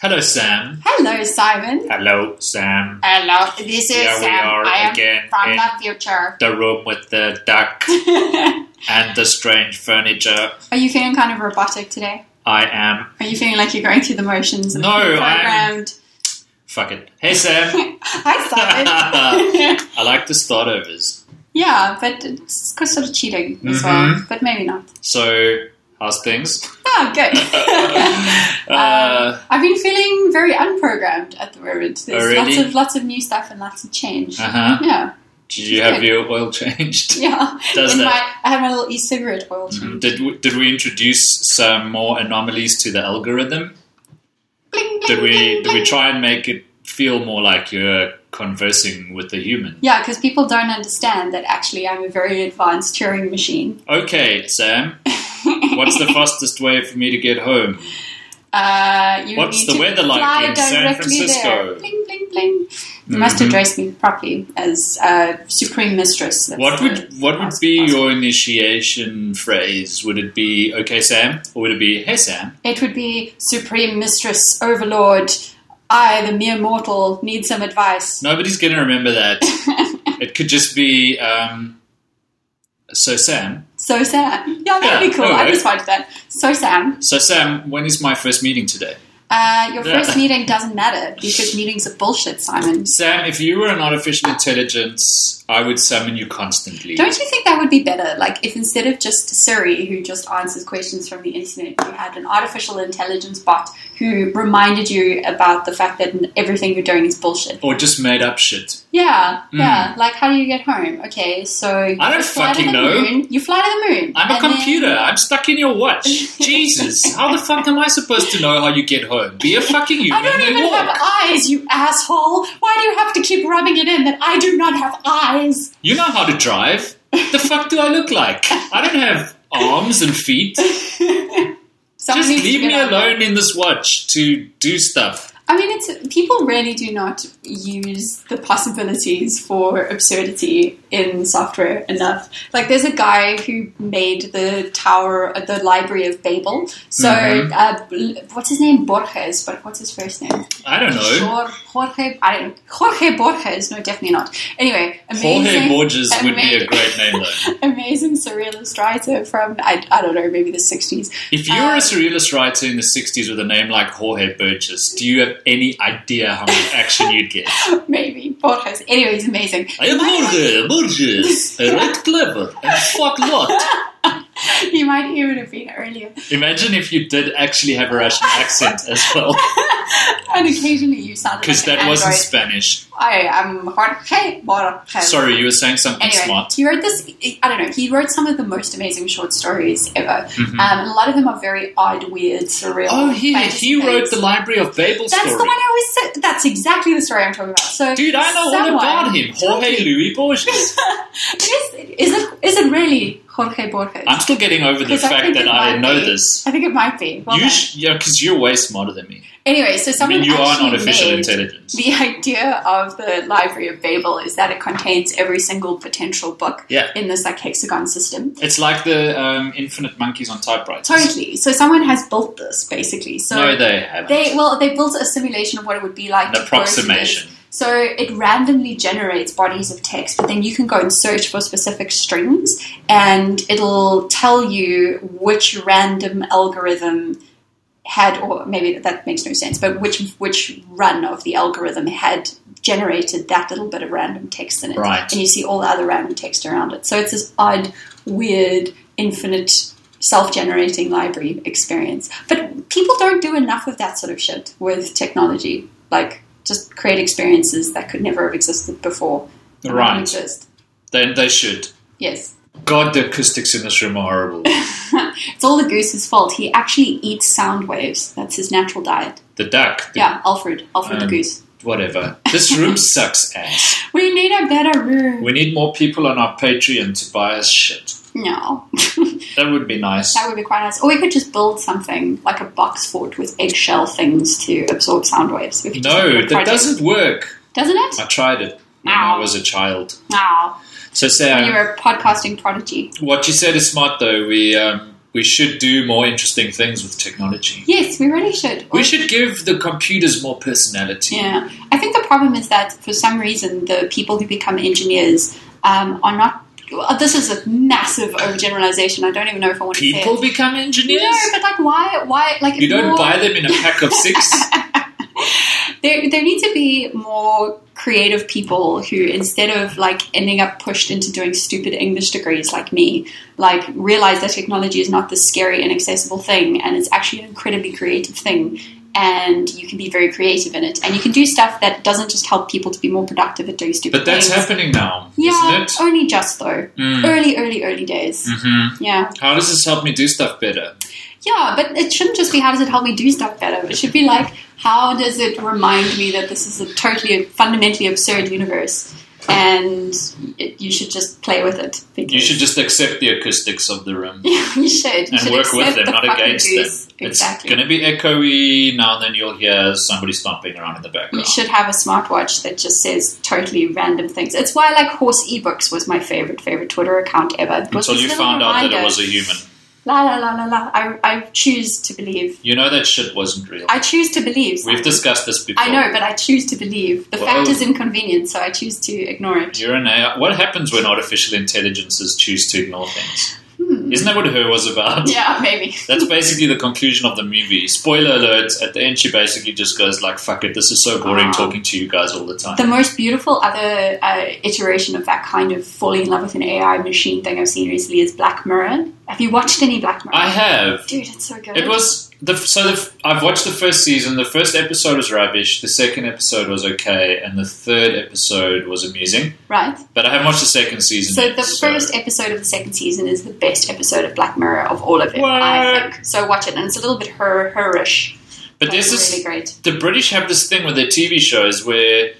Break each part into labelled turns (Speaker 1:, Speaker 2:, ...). Speaker 1: Hello, Sam.
Speaker 2: Hello, Simon.
Speaker 1: Hello, Sam.
Speaker 2: Hello. This is
Speaker 1: Here we
Speaker 2: Sam.
Speaker 1: are
Speaker 2: I am
Speaker 1: again
Speaker 2: from
Speaker 1: in-
Speaker 2: the future.
Speaker 1: The room with the duck and the strange furniture.
Speaker 2: are you feeling kind of robotic today?
Speaker 1: I am.
Speaker 2: Are you feeling like you're going through the motions? and
Speaker 1: No,
Speaker 2: you're
Speaker 1: I'm-
Speaker 2: programmed.
Speaker 1: Fuck it. Hey, Sam.
Speaker 2: Hi, Simon.
Speaker 1: I like the start overs.
Speaker 2: yeah, but it's sort of cheating as well,
Speaker 1: Mhm.
Speaker 2: but maybe not.
Speaker 1: So, how's things?
Speaker 2: Oh, good. Um,
Speaker 1: Uh,
Speaker 2: I've been feeling very unprogrammed at the moment. There's
Speaker 1: Oh, really?
Speaker 2: lots of lots of new stuff and lots of change.
Speaker 1: uh huh.
Speaker 2: Yeah,
Speaker 1: Did you have your oil changed?
Speaker 2: yeah.
Speaker 1: Does
Speaker 2: In
Speaker 1: that-
Speaker 2: my- I had my little e-cigarette oil
Speaker 1: Mhm.
Speaker 2: change.
Speaker 1: Did we, did we introduce some more anomalies to the algorithm?
Speaker 2: Bling, bling,
Speaker 1: Did we
Speaker 2: bling,
Speaker 1: did we
Speaker 2: bling.
Speaker 1: try and make it feel more like you're conversing with a human?
Speaker 2: Yeah, because people don't understand that actually I'm a very advanced Turing machine.
Speaker 1: Okay, Sam. What's the fastest way for me to get home?
Speaker 2: Uh, you
Speaker 1: What's
Speaker 2: need
Speaker 1: the
Speaker 2: to
Speaker 1: weather like
Speaker 2: fly
Speaker 1: in San
Speaker 2: directly There.
Speaker 1: Francisco?
Speaker 2: Bling, bling, bling. You must
Speaker 1: Mhm.
Speaker 2: address me properly as uh, supreme mistress. That's
Speaker 1: What
Speaker 2: the
Speaker 1: would what would
Speaker 2: last
Speaker 1: be
Speaker 2: part.
Speaker 1: your initiation phrase? Would it be "Okay, Sam," or would it be "Hey, Sam"?
Speaker 2: It would be supreme mistress, overlord. I, the mere mortal, need some advice.
Speaker 1: Nobody's going to remember that. it could just be um, "So, Sam."
Speaker 2: So sad. Yeah, that'd
Speaker 1: Yeah,
Speaker 2: be cool.
Speaker 1: no
Speaker 2: I
Speaker 1: worries.
Speaker 2: just wanted that. So sad.
Speaker 1: So, Sam, when is my first meeting today?
Speaker 2: Uh, your
Speaker 1: Yeah.
Speaker 2: first meeting doesn't matter because meetings are bullshit, Simon.
Speaker 1: Sam, if you were an artificial intelligence, I would summon you constantly.
Speaker 2: Don't you think that would be better? Like, if instead of just Siri, who just answers questions from the internet, you had an artificial intelligence bot who reminded you about the fact that everything you're doing is bullshit.
Speaker 1: or just made up shit.
Speaker 2: Yeah, yeah. Like, how do you get home? Okay, so you
Speaker 1: Hmm. I don't
Speaker 2: fly to
Speaker 1: fucking
Speaker 2: the
Speaker 1: know.
Speaker 2: moon. You fly to the moon.
Speaker 1: I'm a
Speaker 2: and then-
Speaker 1: computer. I'm stuck in your watch. Jesus, how the fuck am I supposed to know how you get home? Be a fucking human.
Speaker 2: I don't
Speaker 1: and
Speaker 2: even
Speaker 1: walk.
Speaker 2: have eyes, you asshole. Why do you have to keep rubbing it in that I do not have eyes?
Speaker 1: You know how to drive. The fuck do I look like? I don't have arms and feet.
Speaker 2: Someone
Speaker 1: Just
Speaker 2: needs to
Speaker 1: leave
Speaker 2: get
Speaker 1: me
Speaker 2: out there.
Speaker 1: alone in this watch to do stuff.
Speaker 2: I mean, it's people really do not use the possibilities for absurdity in software enough. Like, there's a guy who made the tower, uh, the Library of Babel. So,
Speaker 1: Mhm.
Speaker 2: uh, L- what's his name? Borges, but what's his first name?
Speaker 1: I don't know.
Speaker 2: Jor- Jorge. I don't. Jorge Borges. No, definitely not. Anyway, amazing.
Speaker 1: Jorge Borges would be a
Speaker 2: amazing-
Speaker 1: great name though.
Speaker 2: Amazing surrealist writer from I, I don't know maybe the 60s.
Speaker 1: If you were
Speaker 2: Um,
Speaker 1: a surrealist writer in the 60s with a name like Jorge Borges, do you have any idea how much action you'd get?
Speaker 2: maybe Borges. Anyway, he's amazing.
Speaker 1: I am Jorge Borges, a red clever and fuck lot.
Speaker 2: He might even have been earlier.
Speaker 1: Imagine if you did actually have a Russian accent as well,
Speaker 2: And occasionally you sounded
Speaker 1: because
Speaker 2: like
Speaker 1: that
Speaker 2: an
Speaker 1: wasn't
Speaker 2: android.
Speaker 1: Spanish.
Speaker 2: I am Jorge Borges.
Speaker 1: Sorry, you were saying something
Speaker 2: Anyway,
Speaker 1: smart.
Speaker 2: he wrote this. I don't know. He wrote some of the most amazing short stories ever.
Speaker 1: Mhm.
Speaker 2: Um, and a lot of them are very odd, weird, surreal.
Speaker 1: Oh, he
Speaker 2: fantasy
Speaker 1: he wrote
Speaker 2: things.
Speaker 1: the Library of Babel
Speaker 2: That's
Speaker 1: story.
Speaker 2: the one I was. That's exactly the story I'm talking about. So,
Speaker 1: Dude, I know all
Speaker 2: someone-
Speaker 1: about him. Jorge Louis Borges.
Speaker 2: It is, is it? Is it really Jorge Borges?
Speaker 1: I'm still getting over the
Speaker 2: Because I
Speaker 1: fact
Speaker 2: think
Speaker 1: that
Speaker 2: it
Speaker 1: I
Speaker 2: might
Speaker 1: know
Speaker 2: be.
Speaker 1: this.
Speaker 2: I think it might be. Well,
Speaker 1: you
Speaker 2: then.
Speaker 1: sh- yeah, because you're way smarter than me.
Speaker 2: anyway, so
Speaker 1: I
Speaker 2: someone
Speaker 1: mean, you are an
Speaker 2: actually
Speaker 1: artificial
Speaker 2: made
Speaker 1: intelligence.
Speaker 2: The idea of the Library of Babel is that it contains every single potential book
Speaker 1: Yeah.
Speaker 2: in this like hexagon system.
Speaker 1: It's like the um, Infinite Monkeys on typewriters.
Speaker 2: Totally. So someone has built this basically. So
Speaker 1: no, they haven't.
Speaker 2: they well they built a simulation of what it would be like.
Speaker 1: An
Speaker 2: to go through this.
Speaker 1: approximation.
Speaker 2: So it randomly generates bodies of text, but then you can go and search for specific strings, and it'll tell you which random algorithm had, or maybe that makes no sense, but which which run of the algorithm had generated that little bit of random text in it,
Speaker 1: Right.
Speaker 2: and you see all the other random text around it. So it's this odd, weird, infinite. Self-generating library experience, but people don't do enough of that sort of shit with technology. Like, just create experiences that could never have existed before. and
Speaker 1: Right.
Speaker 2: don't Exist.
Speaker 1: Then they should.
Speaker 2: Yes.
Speaker 1: God, the acoustics in this room are horrible.
Speaker 2: It's all the goose's fault. He actually eats sound waves. That's his natural diet.
Speaker 1: the duck. The
Speaker 2: Yeah, Alfred. Alfred the
Speaker 1: Um,
Speaker 2: goose.
Speaker 1: Whatever. This room sucks ass.
Speaker 2: We need a better room.
Speaker 1: We need more people on our Patreon to buy us shit.
Speaker 2: No.
Speaker 1: That would be nice.
Speaker 2: that would be quite nice. Or we could just build something like a box fort with eggshell things to absorb sound waves. We could just do a
Speaker 1: No, that
Speaker 2: project.
Speaker 1: doesn't work.
Speaker 2: Doesn't it?
Speaker 1: I tried it when I
Speaker 2: Ow.
Speaker 1: was a child.
Speaker 2: No.
Speaker 1: So
Speaker 2: When
Speaker 1: Sam,
Speaker 2: you're a podcasting prodigy.
Speaker 1: what you said is smart though. We um, We should do more interesting things with technology.
Speaker 2: Yes, we really should.
Speaker 1: We should give the computers more personality.
Speaker 2: Yeah, I think the problem is that for some reason the people who become engineers um, are not. Well, this is a massive overgeneralization. I don't even know if I want to
Speaker 1: People
Speaker 2: say.
Speaker 1: become
Speaker 2: it.
Speaker 1: engineers?
Speaker 2: No, but like, why? Why? Like, if
Speaker 1: You don't
Speaker 2: you're-
Speaker 1: buy them in a pack of six.
Speaker 2: there, there need to be more creative people who, instead of like ending up pushed into doing stupid English degrees like me, like realize that technology is not this scary, inaccessible thing, and it's actually an incredibly creative thing. And you can be very creative in it, and you can do stuff that doesn't just help people to be more productive at doing stupid
Speaker 1: But that's
Speaker 2: things.
Speaker 1: happening now,
Speaker 2: yeah,
Speaker 1: isn't
Speaker 2: only just though.
Speaker 1: it? Mm.
Speaker 2: Early, early, early days.
Speaker 1: hmm
Speaker 2: Yeah.
Speaker 1: How does this help me do stuff better?
Speaker 2: Yeah, but it shouldn't just be how does it help me do stuff better. It should be like how does it remind me that this is a totally fundamentally absurd universe, and it, you should just play with it. Because
Speaker 1: You should just accept the acoustics of the room.
Speaker 2: you should. You
Speaker 1: and
Speaker 2: should
Speaker 1: work with
Speaker 2: accept
Speaker 1: them,
Speaker 2: the
Speaker 1: not
Speaker 2: fucking
Speaker 1: against
Speaker 2: goose.
Speaker 1: them.
Speaker 2: Exactly.
Speaker 1: It's going to be echoey. Now and then you'll hear somebody stomping around in the
Speaker 2: you
Speaker 1: background.
Speaker 2: should have a smartwatch that just says totally random things. It's why like horse ebooks was my favorite favorite Twitter account ever. It was
Speaker 1: Until
Speaker 2: this
Speaker 1: you
Speaker 2: little
Speaker 1: found out that it
Speaker 2: reminder,
Speaker 1: was a human.
Speaker 2: la la la la la. I, I choose to believe.
Speaker 1: You know that shit wasn't real.
Speaker 2: I choose to believe.
Speaker 1: We've
Speaker 2: Simon.
Speaker 1: discussed this before.
Speaker 2: I know, but I choose to believe. The
Speaker 1: Well- oh.
Speaker 2: fact is inconvenient, so I choose to ignore it.
Speaker 1: You're an AI. What happens when artificial intelligences choose to ignore things?
Speaker 2: Hmm.
Speaker 1: Isn't that what her was about?
Speaker 2: Yeah, maybe.
Speaker 1: That's basically the conclusion of the movie. Spoiler alert, at the end she basically just goes like, fuck it, this is so boring
Speaker 2: Ah.
Speaker 1: talking to you guys all the time.
Speaker 2: the most beautiful other uh, iteration of that kind of falling in love with an AI machine thing I've seen recently is Black Mirror. Have you watched any Black Mirror?
Speaker 1: I have.
Speaker 2: Dude, it's so good.
Speaker 1: It was the so the, I've watched the first season. The first episode was rubbish. The second episode was okay, and the third episode was amusing.
Speaker 2: right.
Speaker 1: But I haven't watched the second season.
Speaker 2: So
Speaker 1: yet,
Speaker 2: the first episode of the second season is the best episode of Black Mirror of all of it, I
Speaker 1: What?
Speaker 2: think. So watch it, and it's a little bit her herish.
Speaker 1: but
Speaker 2: this
Speaker 1: there's this
Speaker 2: really great.
Speaker 1: the British have this thing with their TV shows where,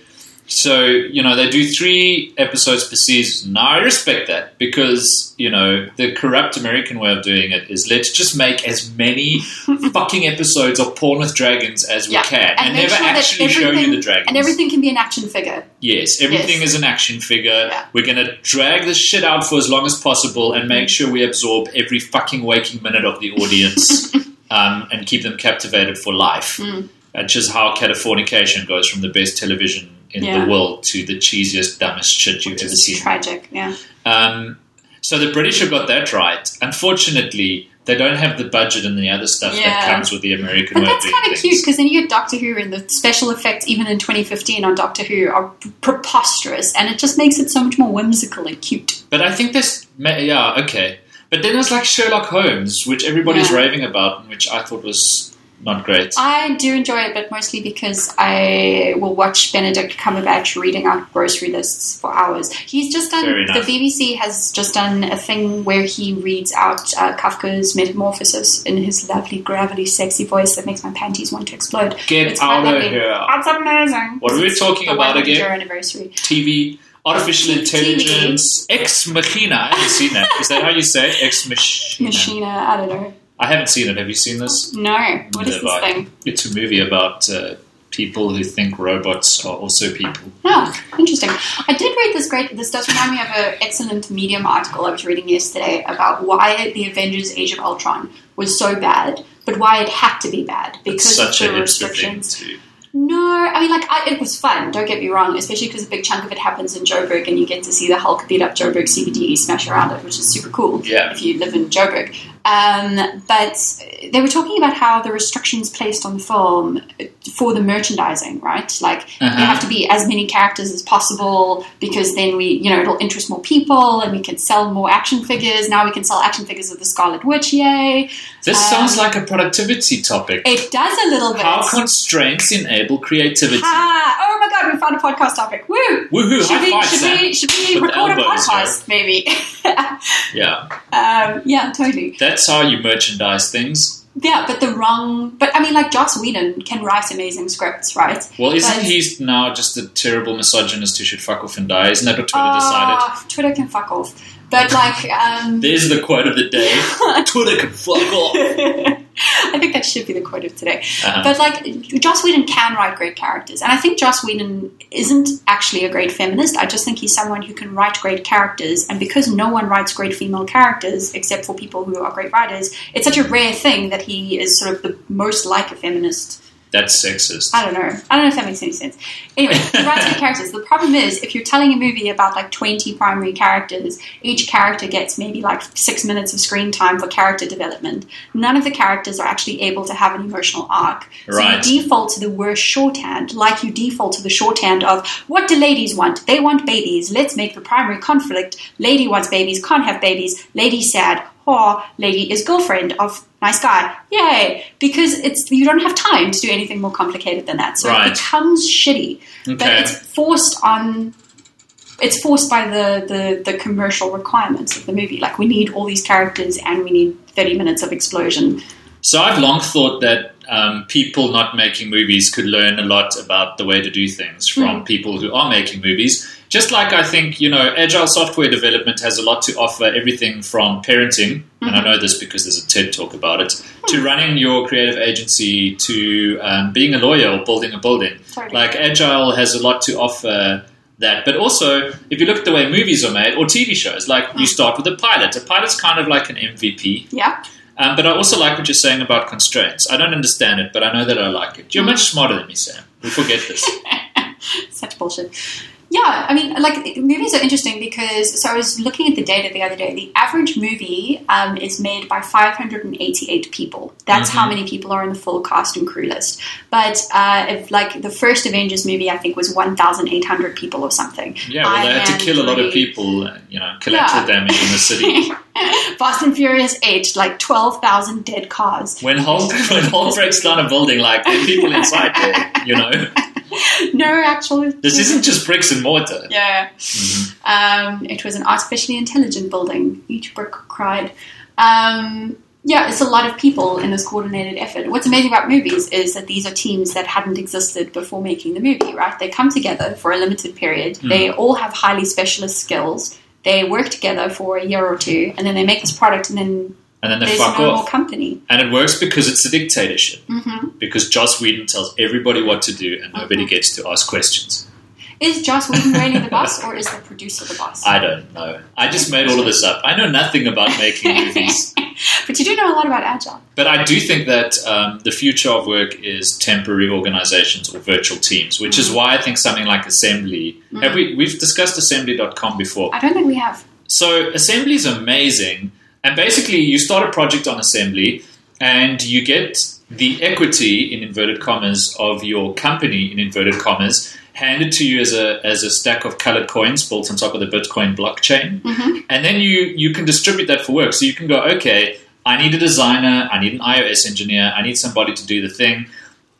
Speaker 1: so you know, they do three episodes per season. Now I respect that because you know the corrupt American way of doing it is let's just make as many fucking episodes of Porn with Dragons as we
Speaker 2: Yeah.
Speaker 1: can, and,
Speaker 2: And make
Speaker 1: never
Speaker 2: sure that
Speaker 1: actually show you
Speaker 2: everything-
Speaker 1: the dragons.
Speaker 2: And everything can be an action figure.
Speaker 1: Yes, everything
Speaker 2: Yes.
Speaker 1: is an action figure.
Speaker 2: Yeah.
Speaker 1: We're going to drag this shit out for as long as possible and make sure we absorb every fucking waking minute of the audience um, and keep them captivated for life.
Speaker 2: Mm.
Speaker 1: That's just how Californication goes from the best television in
Speaker 2: Yeah.
Speaker 1: the world to the cheesiest, dumbest shit you've ever
Speaker 2: It's
Speaker 1: seen.
Speaker 2: tragic, yeah.
Speaker 1: Um, so the British have got that right. Unfortunately, they don't have the budget and the other stuff that
Speaker 2: Yeah.
Speaker 1: comes with the American
Speaker 2: But
Speaker 1: way of
Speaker 2: that's
Speaker 1: doing
Speaker 2: kind of
Speaker 1: things.
Speaker 2: cute because then you get Doctor Who and the special effects, even in 2015 on Doctor Who, are p- preposterous, and it just makes it so much more whimsical and cute.
Speaker 1: But I think this, ma- yeah, okay. But then there's like Sherlock Holmes, which everybody's
Speaker 2: Yeah. Uh,
Speaker 1: raving about, and which I thought was not great.
Speaker 2: I do enjoy it, but mostly because I will watch Benedict Cumberbatch reading out grocery lists for hours. He's just done
Speaker 1: Fair enough.
Speaker 2: the BBC has just done a thing where he reads out uh, Kafka's Metamorphosis in his lovely, gravelly, sexy voice that makes my panties want to explode.
Speaker 1: Get
Speaker 2: It's quite
Speaker 1: out of
Speaker 2: lovely.
Speaker 1: here.
Speaker 2: That's amazing.
Speaker 1: What are we talking
Speaker 2: The
Speaker 1: about
Speaker 2: one
Speaker 1: again?
Speaker 2: year anniversary.
Speaker 1: TV, artificial
Speaker 2: TV.
Speaker 1: intelligence, ex machina. I haven't seen that. Is that how you say it? Ex machina.
Speaker 2: Machina, I don't know.
Speaker 1: I haven't seen it. Have you seen this?
Speaker 2: No, what is this
Speaker 1: Never.
Speaker 2: thing?
Speaker 1: It's a movie about uh, people who think robots are also people.
Speaker 2: Oh, interesting. I did read this great. This does remind me of an excellent Medium article I was reading yesterday about why the Avengers: Age of Ultron was so bad, but why it had to be bad because
Speaker 1: It's such
Speaker 2: of
Speaker 1: a
Speaker 2: the
Speaker 1: hipster thing
Speaker 2: restrictions.
Speaker 1: to.
Speaker 2: No, I mean, like, I, it was fun. Don't get me wrong, especially because a big chunk of it happens in Joburg, and you get to see the Hulk beat up Joburg CBD, E smash around it, which is super cool.
Speaker 1: Yeah.
Speaker 2: if you live in Joburg. Um, but they were talking about how the restrictions placed on the film for the merchandising, right? Like
Speaker 1: Uh-huh.
Speaker 2: you have to be as many characters as possible because then we, you know, it'll interest more people and we can sell more action figures. Now we can sell action figures of the Scarlet Witch, yay!
Speaker 1: This
Speaker 2: Um,
Speaker 1: sounds like a productivity topic.
Speaker 2: It does a little bit.
Speaker 1: How constraints enable creativity?
Speaker 2: ah, oh my god, we found a podcast topic. Woo!
Speaker 1: Woohoo!
Speaker 2: Should
Speaker 1: High
Speaker 2: we,
Speaker 1: five,
Speaker 2: should
Speaker 1: Sam.
Speaker 2: we, should we
Speaker 1: With
Speaker 2: record a
Speaker 1: elbows,
Speaker 2: podcast, maybe?
Speaker 1: Yeah.
Speaker 2: um, yeah, totally.
Speaker 1: That's how you merchandise things.
Speaker 2: Yeah, but the wrong. But I mean, like Joss Whedon can write amazing scripts, right?
Speaker 1: Well, isn't
Speaker 2: But-
Speaker 1: he now just a terrible misogynist who should fuck off and die? Isn't that what Twitter decided?
Speaker 2: Ah, Twitter can fuck off. But like, um,
Speaker 1: There's the quote of the day. Twitter can fuck off.
Speaker 2: I think that should be the quote of today.
Speaker 1: Uh-huh.
Speaker 2: But like, Joss Whedon can write great characters, and I think Joss Whedon isn't actually a great feminist. I just think he's someone who can write great characters, and because no one writes great female characters except for people who are great writers, it's such a rare thing that he is sort of the most like a feminist.
Speaker 1: That's sexist.
Speaker 2: I don't know. I don't know if that makes any sense. Anyway, he writes good characters. The problem is, if you're telling a movie about like 20 primary characters, each character gets maybe like six minutes of screen time for character development. None of the characters are actually able to have an emotional arc.
Speaker 1: Right.
Speaker 2: So you default to the worst shorthand, like you default to the shorthand of what do ladies want? They want babies. Let's make the primary conflict. Lady wants babies, can't have babies. Lady sad. Or lady is girlfriend of nice guy. Yay! Because it's you don't have time to do anything more complicated than that. So
Speaker 1: Right.
Speaker 2: it becomes shitty. But
Speaker 1: Okay.
Speaker 2: it's forced on it's forced by the, the, the commercial requirements of the movie. Like we need all these characters and we need thirty minutes of explosion.
Speaker 1: So I've long thought that um, people not making movies could learn a lot about the way to do things from people who are making movies. Just like I think, you know, agile software development has a lot to offer, everything from parenting, and I know this because there's a TED talk about it, to running your creative agency, to um, being a lawyer or building a building.
Speaker 2: Totally.
Speaker 1: Like agile has a lot to offer that. But also, if you look at the way movies are made or TV shows, like you start with a pilot. A pilot's kind of like an MVP.
Speaker 2: Yeah.
Speaker 1: Um, but I also like what you're saying about constraints. I don't understand it, but I know that I like it. You're much smarter than me, Sam. We forget this.
Speaker 2: Such bullshit. Yeah, I mean, like movies are interesting because so I was looking at the data the other day. The average movie um, is made by 588 people. That's
Speaker 1: Mm-hmm.
Speaker 2: how many people are in the full cast and crew list. But uh, if like the first Avengers movie, I think was 1,800 people or something.
Speaker 1: Yeah, well, they
Speaker 2: Iron
Speaker 1: had to
Speaker 2: Man
Speaker 1: kill a lot of
Speaker 2: 3.
Speaker 1: people, uh, you know, collateral
Speaker 2: Yeah.
Speaker 1: damage in the city.
Speaker 2: Fast and Furious 8, like 12,000 dead cars.
Speaker 1: When Hulk, when Hulk breaks down a building, like, there are people inside there, you know.
Speaker 2: No actual.
Speaker 1: This isn't just bricks and mortar.
Speaker 2: Yeah. Um, it was an artificially intelligent building. Each brick cried. Um, yeah, it's a lot of people in this coordinated effort. What's amazing about movies is that these are teams that hadn't existed before making the movie, right? They come together for a limited period.
Speaker 1: Hmm.
Speaker 2: They all have highly specialist skills. They work together for a year or two, and then they make this product, and then
Speaker 1: And then they
Speaker 2: there's
Speaker 1: fuck
Speaker 2: no more
Speaker 1: off.
Speaker 2: company.
Speaker 1: And it works because it's a dictatorship.
Speaker 2: hmm
Speaker 1: Because Joss Whedon tells everybody what to do and
Speaker 2: Mm-hmm.
Speaker 1: nobody gets to ask questions.
Speaker 2: Is Joss Whedon really the boss, or is the producer the boss?
Speaker 1: I don't know. I just made all of this up. I know nothing about making movies.
Speaker 2: but you do know a lot about agile.
Speaker 1: But I do think that um, the future of work is temporary organizations or virtual teams, which is why I think something like Assembly. Have we we've discussed Assembly.com before?
Speaker 2: I don't think we have.
Speaker 1: So Assembly is amazing, and basically you start a project on Assembly, and you get the equity in inverted commas of your company in inverted commas handed to you as a as a stack of colored coins built on top of the Bitcoin blockchain, and then you you can distribute that for work. So you can go, okay, I need a designer, I need an iOS engineer, I need somebody to do the thing.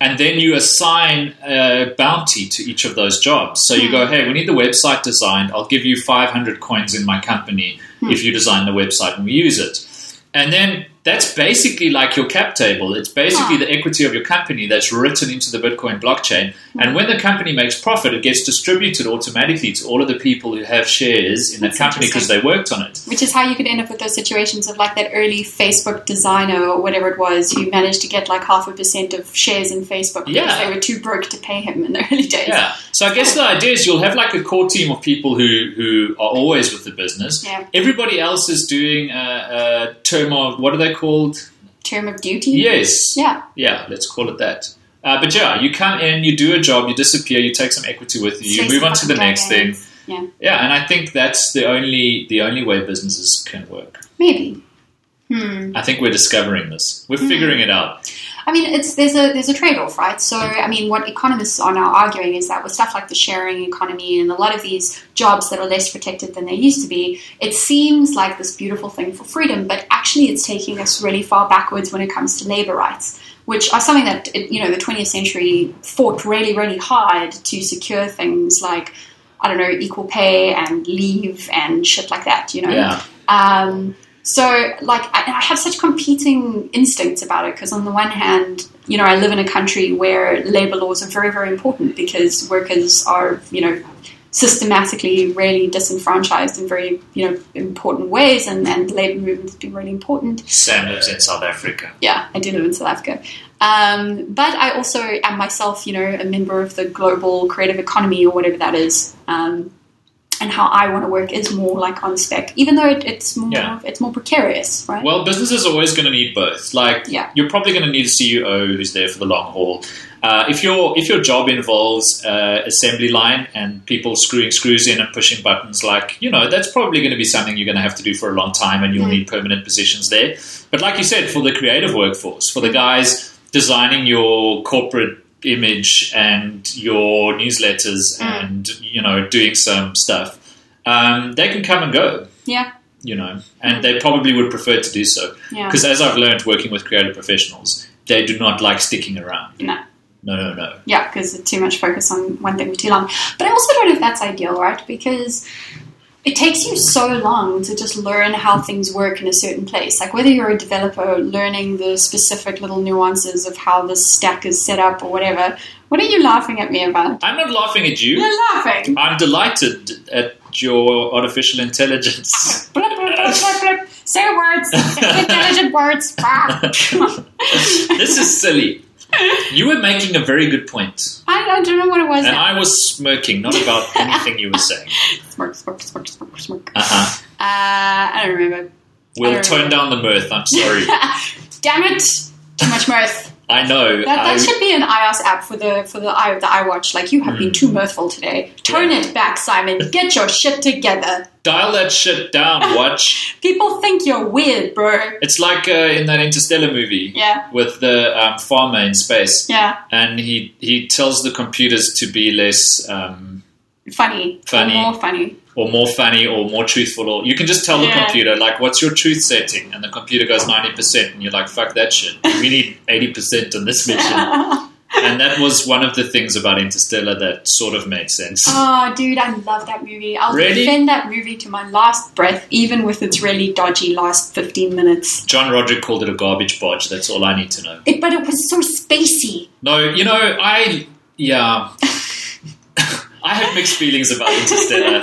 Speaker 1: And then you assign a bounty to each of those jobs. So you
Speaker 2: Hmm.
Speaker 1: go, hey, we need the website designed. I'll give you 500 coins in my company
Speaker 2: Hmm.
Speaker 1: if you design the website and we use it. And then that's basically like your cap table. It's basically
Speaker 2: Huh.
Speaker 1: the equity of your company that's written into the Bitcoin blockchain.
Speaker 2: Hmm.
Speaker 1: And when the company makes profit, it gets distributed automatically to all of the people who have shares in that
Speaker 2: That's
Speaker 1: company because
Speaker 2: interesting.
Speaker 1: they worked on it.
Speaker 2: Which is how you could end up with those situations of like that early Facebook designer or whatever it was who managed to get like half a percent of shares in Facebook because
Speaker 1: Yeah.
Speaker 2: they were too broke to pay him in the early days.
Speaker 1: Yeah. So I guess the idea is you'll have like a core team of people who, who are always with the business.
Speaker 2: Yeah.
Speaker 1: Everybody else is doing a, a term of what are they called?
Speaker 2: Term of duty.
Speaker 1: Yes.
Speaker 2: Yeah.
Speaker 1: Yeah, let's call it that. Uh, but yeah, you come in, you do a job, you disappear, you take some equity with you, you
Speaker 2: Stays
Speaker 1: move on to the
Speaker 2: fucking
Speaker 1: next thing.
Speaker 2: dragons. Yeah.
Speaker 1: Yeah, and I think that's the only the only way businesses can work.
Speaker 2: Maybe. Hmm.
Speaker 1: I think we're discovering this.
Speaker 2: Mm.
Speaker 1: We're figuring it out.
Speaker 2: I mean, it's there's a there's a trade off, right? So, I mean, what economists are now arguing is that with stuff like the sharing economy and a lot of these jobs that are less protected than they used to be, it seems like this beautiful thing for freedom, but actually, it's taking us really far backwards when it comes to labor rights, which are something that you know the 20th century fought really, really hard to secure things like I don't know equal pay and leave and shit like that, you know.
Speaker 1: Yeah.
Speaker 2: Um, so, like, I, I have such competing instincts about it because, on the one hand, you know, I live in a country where labor laws are very, very important because workers are, you know, systematically really disenfranchised in very you know important ways, and, and labour movement has been really important.
Speaker 1: Sam lives in South Africa.
Speaker 2: Yeah, I do live in South Africa, um, but I also am myself you know a member of the global creative economy or whatever that is. Um, and how I want to work is more like on spec, even though it, it's more
Speaker 1: Yeah.
Speaker 2: it's more precarious, right?
Speaker 1: Well, business is always going to need both. Like,
Speaker 2: Yeah.
Speaker 1: you're probably going to need a CEO who's there for the long haul. Uh, if your if your job involves uh, assembly line and people screwing screws in and pushing buttons, like you know, that's probably going to be something you're going to have to do for a long time, and you'll
Speaker 2: Mm-hmm.
Speaker 1: need permanent positions there. But like you said, for the creative workforce, for the guys designing your corporate image and your newsletters,
Speaker 2: Mm.
Speaker 1: and you know, doing some stuff, um, they can come and go.
Speaker 2: Yeah.
Speaker 1: You know, and they probably would prefer to do so.
Speaker 2: yeah.
Speaker 1: Because as I've learned working with creative professionals, they do not like sticking around.
Speaker 2: No.
Speaker 1: No, no, no.
Speaker 2: Yeah, because too much focus on one thing for too long. But I also don't know if that's ideal, right? Because it takes you so long to just learn how things work in a certain place. Like whether you're a developer, learning the specific little nuances of how the stack is set up or whatever. What are you laughing at me about?
Speaker 1: I'm not laughing at you.
Speaker 2: You're laughing.
Speaker 1: I'm delighted at your artificial intelligence.
Speaker 2: Blip, blip, blip, blip, blip. Say words, Say intelligent words. Ah.
Speaker 1: this is silly. You were making a very good point,
Speaker 2: I don't- I don't know what it was.
Speaker 1: and I was smirking, not about anything you were saying.
Speaker 2: Smirk, smirk, smirk, smirk, smirk. Uh,
Speaker 1: Uh-huh.
Speaker 2: I don't remember.
Speaker 1: We'll tone down the mirth. I'm sorry.
Speaker 2: Damn it! Too much mirth.
Speaker 1: I know.
Speaker 2: That, that
Speaker 1: I-
Speaker 2: should be an iOS app for the for the i the iWatch. Like you have been too mirthful today. Tone
Speaker 1: Hmm. Yeah.
Speaker 2: it back, Simon. Get your shit together.
Speaker 1: dial that shit down. Watch.
Speaker 2: People think you're weird, bro.
Speaker 1: It's like uh, in that Interstellar movie
Speaker 2: Yeah,
Speaker 1: with the um, farmer in space,
Speaker 2: yeah.
Speaker 1: and he he tells the computers to be less. Um,
Speaker 2: Funny,
Speaker 1: Funny.
Speaker 2: more funny.
Speaker 1: or more funny or more truthful or you can just tell the
Speaker 2: Yeah.
Speaker 1: computer like what's your truth setting and the computer goes 90% and you're like fuck that shit we need 80% on this mission
Speaker 2: oh,
Speaker 1: and that was one of the things about interstellar that sort of made sense
Speaker 2: Oh. dude, I love that movie. I'll
Speaker 1: Really?
Speaker 2: defend that movie to my last breath, even with its really dodgy last fifteen minutes.
Speaker 1: john roderick called it a garbage bodge that's all i need to know
Speaker 2: It, but it was so spacey.
Speaker 1: no you know i yeah i have mixed feelings about interstellar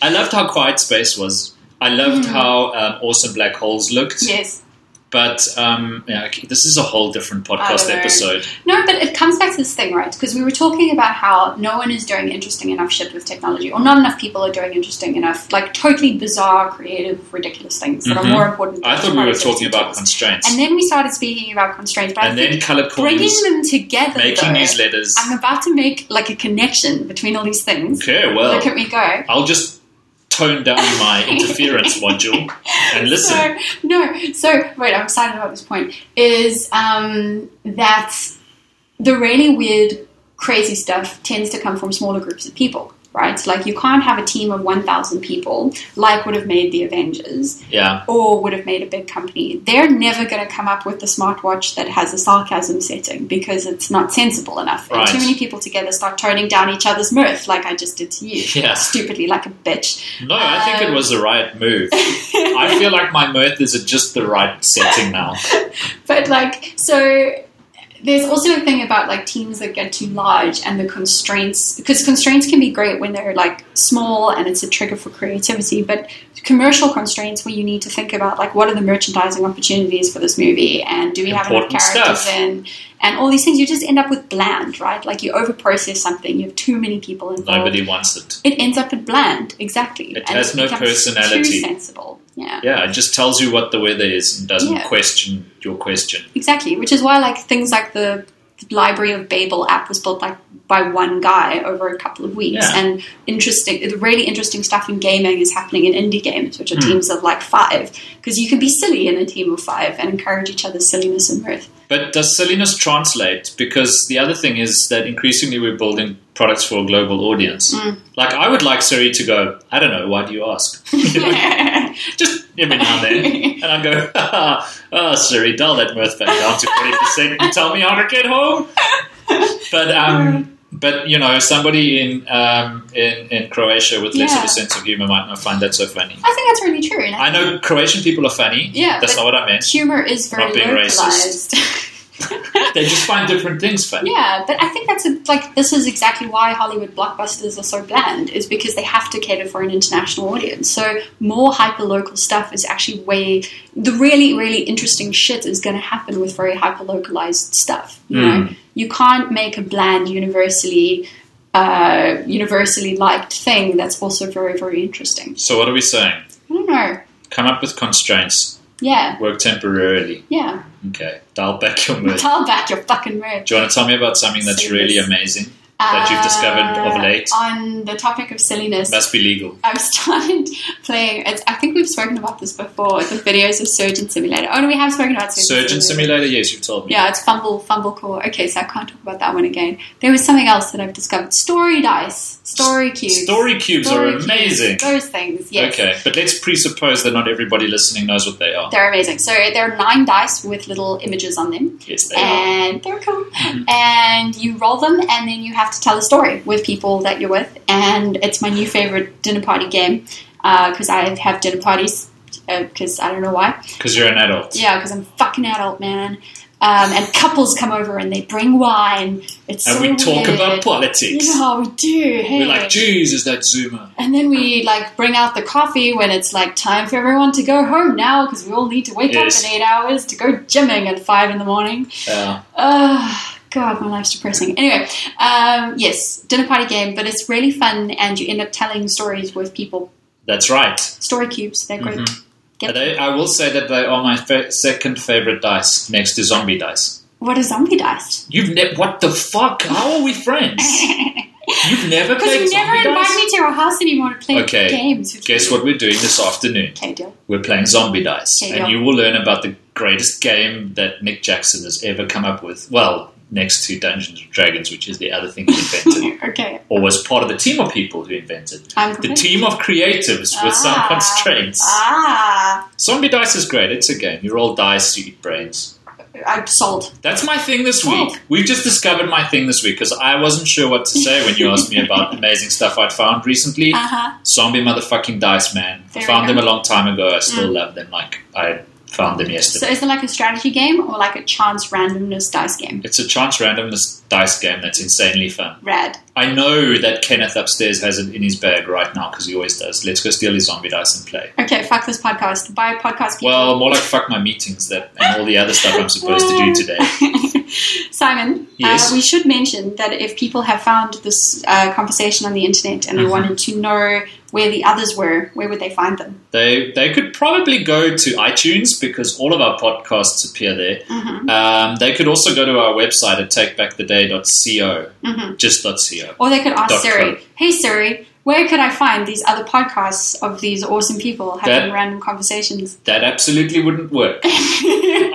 Speaker 1: i loved how quiet space was i loved how um, awesome black holes looked
Speaker 2: yes.
Speaker 1: but um, yeah, okay, this is a whole different podcast
Speaker 2: know.
Speaker 1: episode
Speaker 2: No, but it comes back to this thing, right? Because we were talking about how no one is doing interesting enough shit with technology, or not enough people are doing interesting enough, like totally bizarre, creative, ridiculous things that
Speaker 1: Mhm.
Speaker 2: are more important.
Speaker 1: I thought we were talking about constraints.
Speaker 2: And then we started speaking about constraints, but I
Speaker 1: And then
Speaker 2: think
Speaker 1: color
Speaker 2: bringing
Speaker 1: coins,
Speaker 2: them together,
Speaker 1: making
Speaker 2: though,
Speaker 1: newsletters.
Speaker 2: I'm about to make like a connection between all these things.
Speaker 1: Okay, well,
Speaker 2: Look at me go.
Speaker 1: I'll just tone down my interference module and listen.
Speaker 2: So, no, so wait, I'm excited about this point. Is um, that the really weird, crazy stuff tends to come from smaller groups of people, right? Like you can't have a team of 1,000 people like would have made the Avengers
Speaker 1: yeah,
Speaker 2: or would have made a big company. They're never going to come up with the smartwatch that has a sarcasm setting because it's not sensible enough.
Speaker 1: Right.
Speaker 2: And too many people together start toning down each other's mirth, like I just did to you,
Speaker 1: Yeah.
Speaker 2: stupidly like a bitch.
Speaker 1: no, I think it
Speaker 2: Um,
Speaker 1: was the right move. I feel like my mirth is at just the right setting now.
Speaker 2: But like, so there's also a thing about like teams that get too large and the constraints, because constraints can be great when they're like small and it's a trigger for creativity. But commercial constraints where you need to think about like what are the merchandising opportunities for this movie and do we have enough
Speaker 1: Important
Speaker 2: characters
Speaker 1: stuff.
Speaker 2: in and all these things. You just end up with bland, right? Like you overprocess something. You have too many people involved.
Speaker 1: Nobody wants it.
Speaker 2: It ends up in bland, exactly.
Speaker 1: It
Speaker 2: and
Speaker 1: has no
Speaker 2: becomes
Speaker 1: personality.
Speaker 2: Too sensible, yeah.
Speaker 1: Yeah, it just tells you what the weather is and doesn't
Speaker 2: Yeah.
Speaker 1: question your question.
Speaker 2: Exactly, which is why like things like the Library of Babel app was built like by one guy over a couple of weeks,
Speaker 1: Yeah.
Speaker 2: and interesting, the really interesting stuff in gaming is happening in indie games,
Speaker 1: Hmm.
Speaker 2: which are teams of like five, because you can be silly in a team of five and encourage each other's silliness and mirth.
Speaker 1: But does silliness translate? Because the other thing is that increasingly we're building products for a global audience.
Speaker 2: Mm.
Speaker 1: Like I would like Siri to go, I don't know, why do you ask? You know, Just every now and then. And I go, oh, Siri, dial that mirth back down to 40% and tell me how to get home. But,
Speaker 2: Mm.
Speaker 1: um, but you know, somebody in, um, in, in Croatia with less of
Speaker 2: Yeah.
Speaker 1: a sense of humor might not find that so funny.
Speaker 2: I think that's really true. And
Speaker 1: I know Croatian people are funny.
Speaker 2: Yeah,
Speaker 1: That's
Speaker 2: but-
Speaker 1: not what I meant.
Speaker 2: humor is very
Speaker 1: Not being racist.
Speaker 2: localized.
Speaker 1: They just find different things funny.
Speaker 2: Yeah, but I think that's a, like this is exactly why Hollywood blockbusters are so bland is because they have to cater for an international audience. So more hyper local stuff is actually where the really really interesting shit is going to happen with very hyper localized stuff. You
Speaker 1: Hmm.
Speaker 2: know, you can't make a bland universally uh, universally liked thing that's also very very interesting.
Speaker 1: So what are we saying?
Speaker 2: I don't know.
Speaker 1: Come up with constraints.
Speaker 2: Yeah,
Speaker 1: Work temporarily.
Speaker 2: yeah.
Speaker 1: Okay. Dial back your mood.
Speaker 2: Tell back your fucking merch.
Speaker 1: Do you want to tell me about something that's
Speaker 2: Silliness.
Speaker 1: really amazing that you've discovered of
Speaker 2: Uh,
Speaker 1: late?
Speaker 2: On the topic of silliness,
Speaker 1: Must be legal.
Speaker 2: I've started playing. It's, I think we've spoken about this before. The videos of Surgeon Simulator. Oh no, we have spoken about Surgeon,
Speaker 1: Surgeon Simulator. Yes, you've told me.
Speaker 2: Yeah, it's Fumble Fumble Core. Okay, so I can't talk about that one again. There was something else that I've discovered. Story dice, story cubes.
Speaker 1: Story cubes
Speaker 2: Story
Speaker 1: are amazing.
Speaker 2: Those things. Yes.
Speaker 1: Okay, but let's presuppose that not everybody listening knows what they are.
Speaker 2: They're amazing. So there are nine dice with little images on them.
Speaker 1: Yes, they are.
Speaker 2: and they're cool. And you roll them, and then you have to tell a story with people that you're with. And it's my new favorite dinner party game because I have dinner parties because I don't know why.
Speaker 1: Because you're an adult.
Speaker 2: Yeah, because I'm fucking adult man. Um, and couples come over and they bring wine. It's
Speaker 1: And
Speaker 2: so
Speaker 1: we talk
Speaker 2: weird.
Speaker 1: about politics.
Speaker 2: You know, we do. Hey.
Speaker 1: We're like, geez, is that Zuma?
Speaker 2: and then we like bring out the coffee when it's like time for everyone to go home now because we all need to wake
Speaker 1: Yes.
Speaker 2: up in eight hours to go gymming at five in the morning.
Speaker 1: Yeah.
Speaker 2: Oh, God, my life's depressing. Anyway, um, yes, dinner party game, but it's really fun, and you end up telling stories with people.
Speaker 1: That's right.
Speaker 2: Story cubes, they're great.
Speaker 1: But Mm-hmm.
Speaker 2: Get
Speaker 1: They, I will say that they are my fa- second favorite dice, next to zombie dice.
Speaker 2: What is zombie dice?
Speaker 1: You've ne- what the fuck? How are we friends?
Speaker 2: Because
Speaker 1: You've never played
Speaker 2: you never
Speaker 1: zombie
Speaker 2: invite
Speaker 1: dice.
Speaker 2: me to your house anymore to play
Speaker 1: Okay,
Speaker 2: games. with
Speaker 1: Guess
Speaker 2: you.
Speaker 1: what we're doing this afternoon?
Speaker 2: Okay, deal.
Speaker 1: We're playing zombie dice,
Speaker 2: Okay,
Speaker 1: and
Speaker 2: yeah.
Speaker 1: you will learn about the greatest game that Nick Jackson has ever come up with. Well, next to Dungeons and Dragons, which is the other thing he invented,
Speaker 2: okay,
Speaker 1: or was part of the team of people who invented.
Speaker 2: I'm
Speaker 1: The
Speaker 2: complete.
Speaker 1: team of creatives with some
Speaker 2: Ah.
Speaker 1: constraints.
Speaker 2: Ah,
Speaker 1: Zombie dice is great. It's a game. You roll dice, you eat brains.
Speaker 2: I'm sold.
Speaker 1: That's my thing this
Speaker 2: Oh.
Speaker 1: week. We've just discovered my thing this week because I wasn't sure what to say when you asked me about amazing stuff I'd found recently.
Speaker 2: Uh huh.
Speaker 1: Zombie motherfucking dice, man. I
Speaker 2: There
Speaker 1: found
Speaker 2: we go.
Speaker 1: them a long time ago. I still love them like I found them
Speaker 2: Mm. So
Speaker 1: yesterday.
Speaker 2: is it like a strategy game or like a chance randomness dice game?
Speaker 1: it's a chance randomness dice game that's insanely fun.
Speaker 2: Rad.
Speaker 1: I know that Kenneth upstairs has it in his bag right now because he always does. Let's go steal his zombie dice and play.
Speaker 2: Okay, fuck this podcast. Bye, podcast people.
Speaker 1: Well, more like fuck my meetings that and all the other stuff I'm supposed to do today.
Speaker 2: Simon,
Speaker 1: Yes?
Speaker 2: uh, we should mention that if people have found this uh, conversation on the internet and they
Speaker 1: Mhm.
Speaker 2: wanted to know where the others were, where would they find them?
Speaker 1: They they could probably go to iTunes because all of our podcasts appear there.
Speaker 2: hmm
Speaker 1: Um, they could also go to our website at takebacktheday.co,
Speaker 2: hmm
Speaker 1: just .co.
Speaker 2: Or they could ask
Speaker 1: Dot
Speaker 2: Siri, hey Siri, where could I find these other podcasts of these awesome people having
Speaker 1: That-
Speaker 2: random conversations?
Speaker 1: That absolutely wouldn't work.
Speaker 2: uh,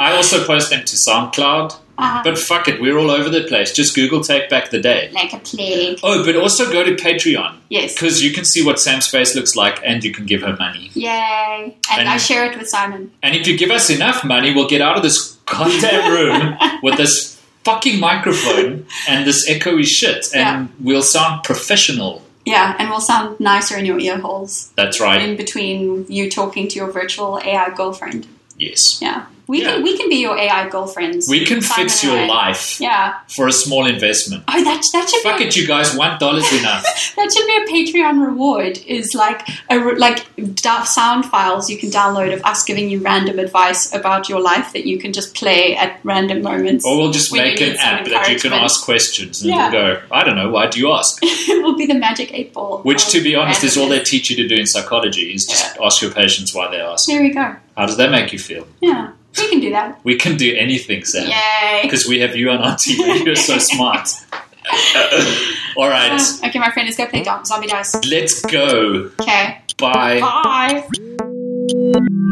Speaker 1: I also post them to SoundCloud,
Speaker 2: Uh-huh.
Speaker 1: but fuck it, we're all over the place. Just Google Take Back the Day.
Speaker 2: like a plague.
Speaker 1: Oh, but also go to Patreon
Speaker 2: Yes.
Speaker 1: because you can see what Sam's face looks like and you can give her money.
Speaker 2: Yay. And,
Speaker 1: And-
Speaker 2: I share it with Simon.
Speaker 1: And if you give us enough money, we'll get out of this goddamn room with this fucking microphone and this echoey shit, and we'll sound professional.
Speaker 2: Yeah, and we'll sound nicer in your ear holes
Speaker 1: That's right.
Speaker 2: in between you talking to your virtual AI girlfriend.
Speaker 1: Yes.
Speaker 2: Yeah. We
Speaker 1: Yeah.
Speaker 2: can we can be your AI girlfriends.
Speaker 1: We can
Speaker 2: Simon
Speaker 1: fix
Speaker 2: and
Speaker 1: your
Speaker 2: I.
Speaker 1: life
Speaker 2: Yeah.
Speaker 1: for a small investment.
Speaker 2: Oh, that that should
Speaker 1: Fuck
Speaker 2: be
Speaker 1: it, you guys. One dollar's enough.
Speaker 2: that should be a Patreon reward. Is like a re- like da- sound files you can download of us giving you random advice about your life that you can just play at random moments.
Speaker 1: Or we'll just
Speaker 2: We
Speaker 1: make
Speaker 2: need
Speaker 1: an
Speaker 2: some
Speaker 1: app that you can
Speaker 2: encouragement.
Speaker 1: ask questions and
Speaker 2: Yeah.
Speaker 1: we'll go, I don't know, why do you ask?
Speaker 2: it will be the magic eight ball.
Speaker 1: Which,
Speaker 2: of
Speaker 1: to be honest, is all they
Speaker 2: randomness.
Speaker 1: teach you to do in psychology is just ask your patients why they ask.
Speaker 2: There we go.
Speaker 1: How does that make you feel?
Speaker 2: Yeah, we can do that.
Speaker 1: We can do anything, Sam.
Speaker 2: Yay!
Speaker 1: Because we have you on our team. You're so smart. all right,
Speaker 2: Uh, okay, my friend, let's go
Speaker 1: Hmm?
Speaker 2: play dom- zombie dice.
Speaker 1: let's go.
Speaker 2: Okay,
Speaker 1: Bye.
Speaker 2: bye.